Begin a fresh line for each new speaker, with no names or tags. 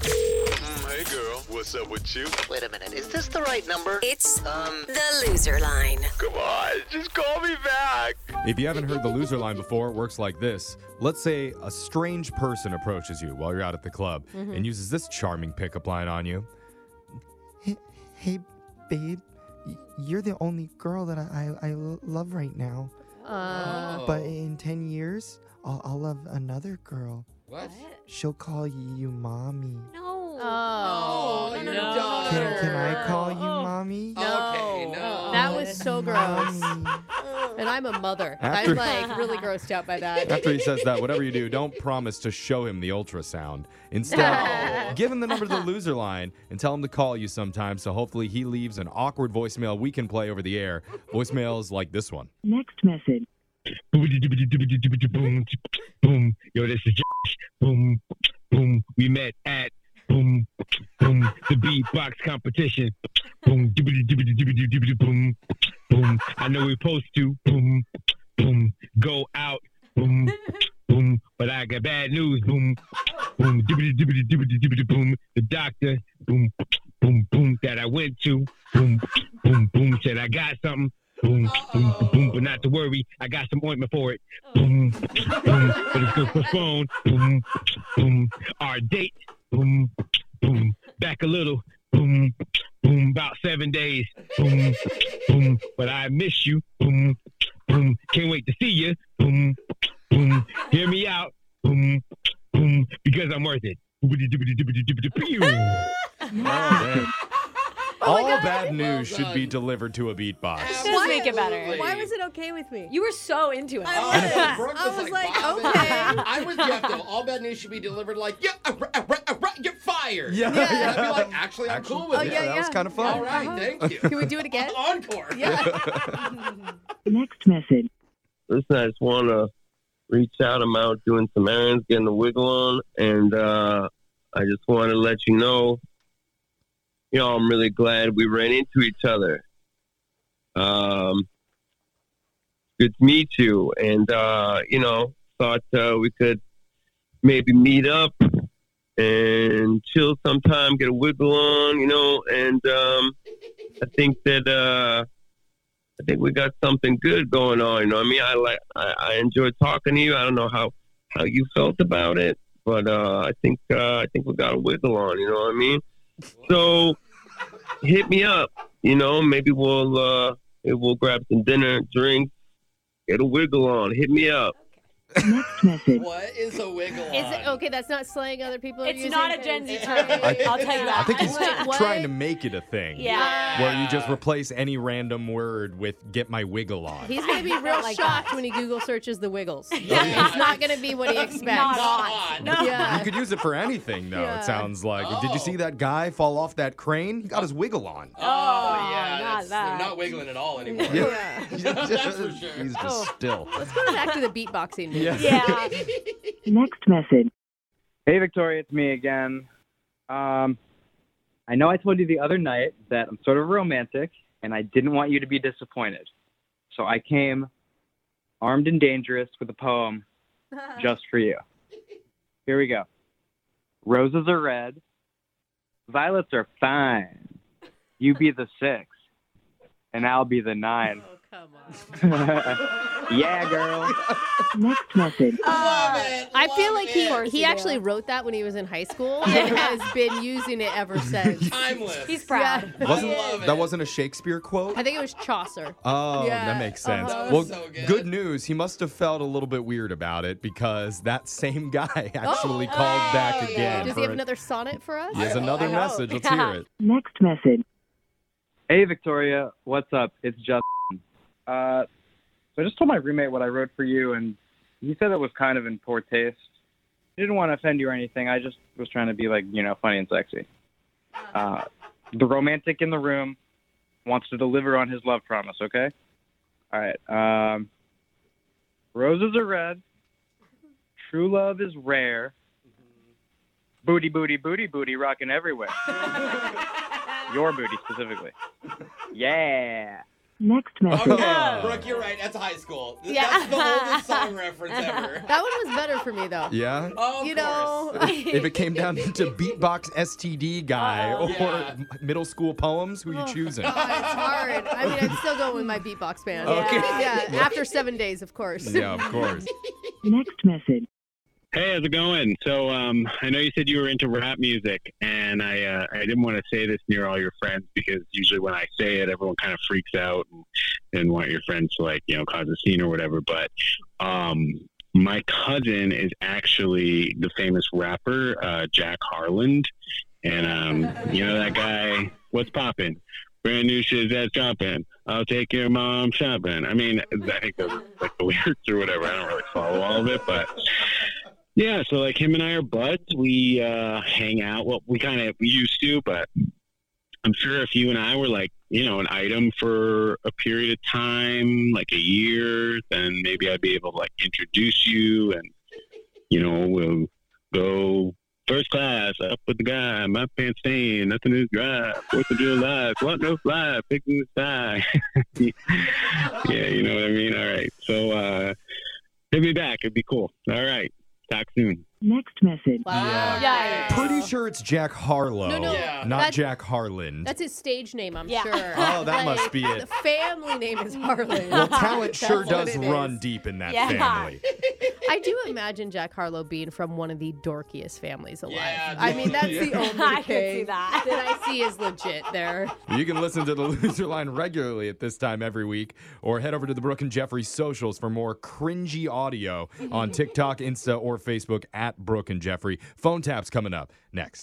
Mm, girl, what's up with you?
Wait a minute, is this the right number?
It's
Um,
the loser line.
Come on, just call me back.
If you haven't heard the loser line before, it works like this. Let's say a strange person approaches you while you're out at the club and uses this charming pickup line on you.
Hey, babe, y- you're the only girl that I, I, I lo- love right now.
Uh,
But in 10 years, I'll, I'll love another girl.
What?
She'll call you mommy.
oh,
Oh, you're
no.
dumb.
Can, can I call you
Oh.
mommy?
Okay, no.
That was so gross.
Mommy.
And I'm a mother.
After-
I'm like really grossed out by that.
After he says that, whatever you do, don't promise to show him the ultrasound. Instead, give him the number to the loser line and tell him to call you sometime so hopefully he leaves an awkward voicemail we can play over the air. Voicemails like this one.
Next message.
boom, boom. Yo, this is Josh. Boom, boom. We met at boom, boom. The beatbox competition. Boom, boom, boom. I know we're supposed to boom, boom. Go out, boom, boom. But I got bad news. Boom, boom, boom. The doctor, boom, boom, boom. That I went to, boom, boom, boom. Said I got something. Boom, boom, boom, but not to worry. I got some ointment for it boom, boom, but it's just the phone, boom, boom, our date, boom, boom, back a little, boom, boom, about seven days, boom, boom, but I miss you, boom, boom, can't wait to see you, boom, boom, hear me out, boom, boom, because I'm worth it.
Oh,
Oh
All bad news should be delivered to a beatbox.
Just make it better.
Why was it okay with me?
You were so into it.
Oh,
I
yeah,
was.
Brooke
I was like,
bobbing.
okay.
I was you have to, all bad news should be delivered like, yeah, uh, uh, uh, uh, you're fired.
Yeah,
And I'd be
yeah.
like, actually, I'm cool with
Oh,
it.
yeah,
that was
yeah.
kind of
All
fun.
right, thank you.
Can we do it again?
Encore.
Yeah.
Next message.
Listen, I just want to reach out. I'm out doing some errands, getting a wiggle on, and uh, I just want to let you know, you know, I'm really glad we ran into each other. Um, good to meet you, and uh, you know, thought uh, we could maybe meet up and chill sometime, get a wiggle on, you know, and um, I think that. Uh, I think we got something good going on. You know, what I mean, I like, I, I enjoy talking to you. I don't know how, how you felt about it, but uh, I think, uh, I think we got a wiggle on. You know what I mean? So, hit me up. You know, maybe we'll, uh, maybe we'll grab some dinner, drinks, get a wiggle on. Hit me up.
Next message.
What is a wiggle
Is
on?
it okay? That's not slang other people. are
It's
using?
not a Gen Z
It's
term.
not.
I-
I'll tell you
I
that.
think he's
What? What?
trying to make it a thing.
Yeah.
Where you just replace any random word with get my wiggle on.
He's gonna be real
like
shocked when he Google searches the Wiggles.
Yeah.
It's not gonna be what he expects.
Not
on.
No.
You
Yeah.
could use it for anything, though,
Yeah.
it sounds like. Did you
Oh.
see that guy fall off that crane? He got his wiggle on.
Oh, yeah.
not
that's- They're
that.
not wiggling at all anymore.
Yeah.
That's for sure.
He's just
Oh.
still.
Back to the beatboxing. dude.
Yeah.
Yeah.
Next message.
Hey, Victoria, it's me again. Um, I know I told you the other night that I'm sort of romantic, and I didn't want you to be disappointed. So I came armed and dangerous with a poem just for you. Here we go. Roses are red, violets are fine. You be the six, and I'll be the nine.
Oh, come on.
yeah, girl.
Next message.
Love it.
I
love
feel like
it.
he
he
he
did.
actually wrote that when he was in high school and has been using it ever since.
Timeless.
He's proud.
Yeah.
Wasn't,
love it.
that wasn't a Shakespeare quote?
I think it was Chaucer.
Oh,
Yeah,
that makes sense.
uh-huh.
That
Well,
was so good.
news. He must have felt a little bit weird about it because that same guy actually called back
yeah.
again.
Oh, Does
for
he have
it.
another sonnet for us?
He has
I hope-
another
I hope.
message. Let's
Yeah.
hear it.
Next message.
Hey, Victoria, what's up? It's Justin. Uh, so I just told my roommate what I wrote for you, and he said it was kind of in poor taste. I didn't want to offend you or anything. I just was trying to be like, you know, funny and sexy. Uh, the romantic in the room wants to deliver on his love promise. Okay. All right. Um, roses are red. True love is rare. Booty, booty, booty, booty, rocking everywhere. Your booty specifically. Yeah.
Next message.
Okay, Brooke, you're right. That's high school. Th-
Yeah.
That's the oldest song reference ever.
That one was better for me though.
Yeah.
Oh, of
you
course.
know,
if it came down to beatbox STD guy
Oh.
or
Yeah.
middle school poems, who you
Oh,
choosing?
God, it's hard. I mean, I'm still going with my beatbox band.
Okay.
Yeah, after seven days, of course.
yeah, of course.
Next message.
Hey, how's it going? So, um, I know you said you were into rap music, and I uh, I didn't want to say this near all your friends because usually when I say it, everyone kind of freaks out and, and want your friends to like you know cause a scene or whatever. But um, my cousin is actually the famous rapper uh, Jack Harland, and um, you know that guy. What's popping? Brand new shit that's dropping. I'll take your mom shopping. I mean, I think those are like the lyrics or whatever. I don't really follow all of it, but. Yeah, so like him and I are buds. We uh, hang out. Well, we kind of we used to, but I'm sure if you and I were like, you know, an item for a period of time, like a year, then maybe I'd be able to like introduce you, and you know, we'll go first class up with the guy. My pants stained, nothing is dry. Fourth of July, what no fly, picking the sky. yeah, you know what I mean. All right, so uh, hit me back. It'd be cool. All right. Talk soon.
Next message.
Wow.
Yeah.
Pretty sure it's Jack Harlow,
No, no,
Yeah.
not
that-
Jack Harland.
That's his stage name, I'm
Yeah.
sure.
Oh, that must be it.
The family name is Harlan.
Well, talent
That's
sure
what
does
it is.
run deep in that
Yeah.
family.
I do imagine Jack Harlow being from one of the dorkiest families alive.
Yeah,
I mean, that's the
yeah.
only
I could
thing
see that.
that I see is legit there.
You can listen to the loser line regularly at this time every week, or head over to the Brooke and Jeffrey socials for more cringy audio on TikTok, Insta, or Facebook at Brooke and Jeffrey. Phone taps coming up next.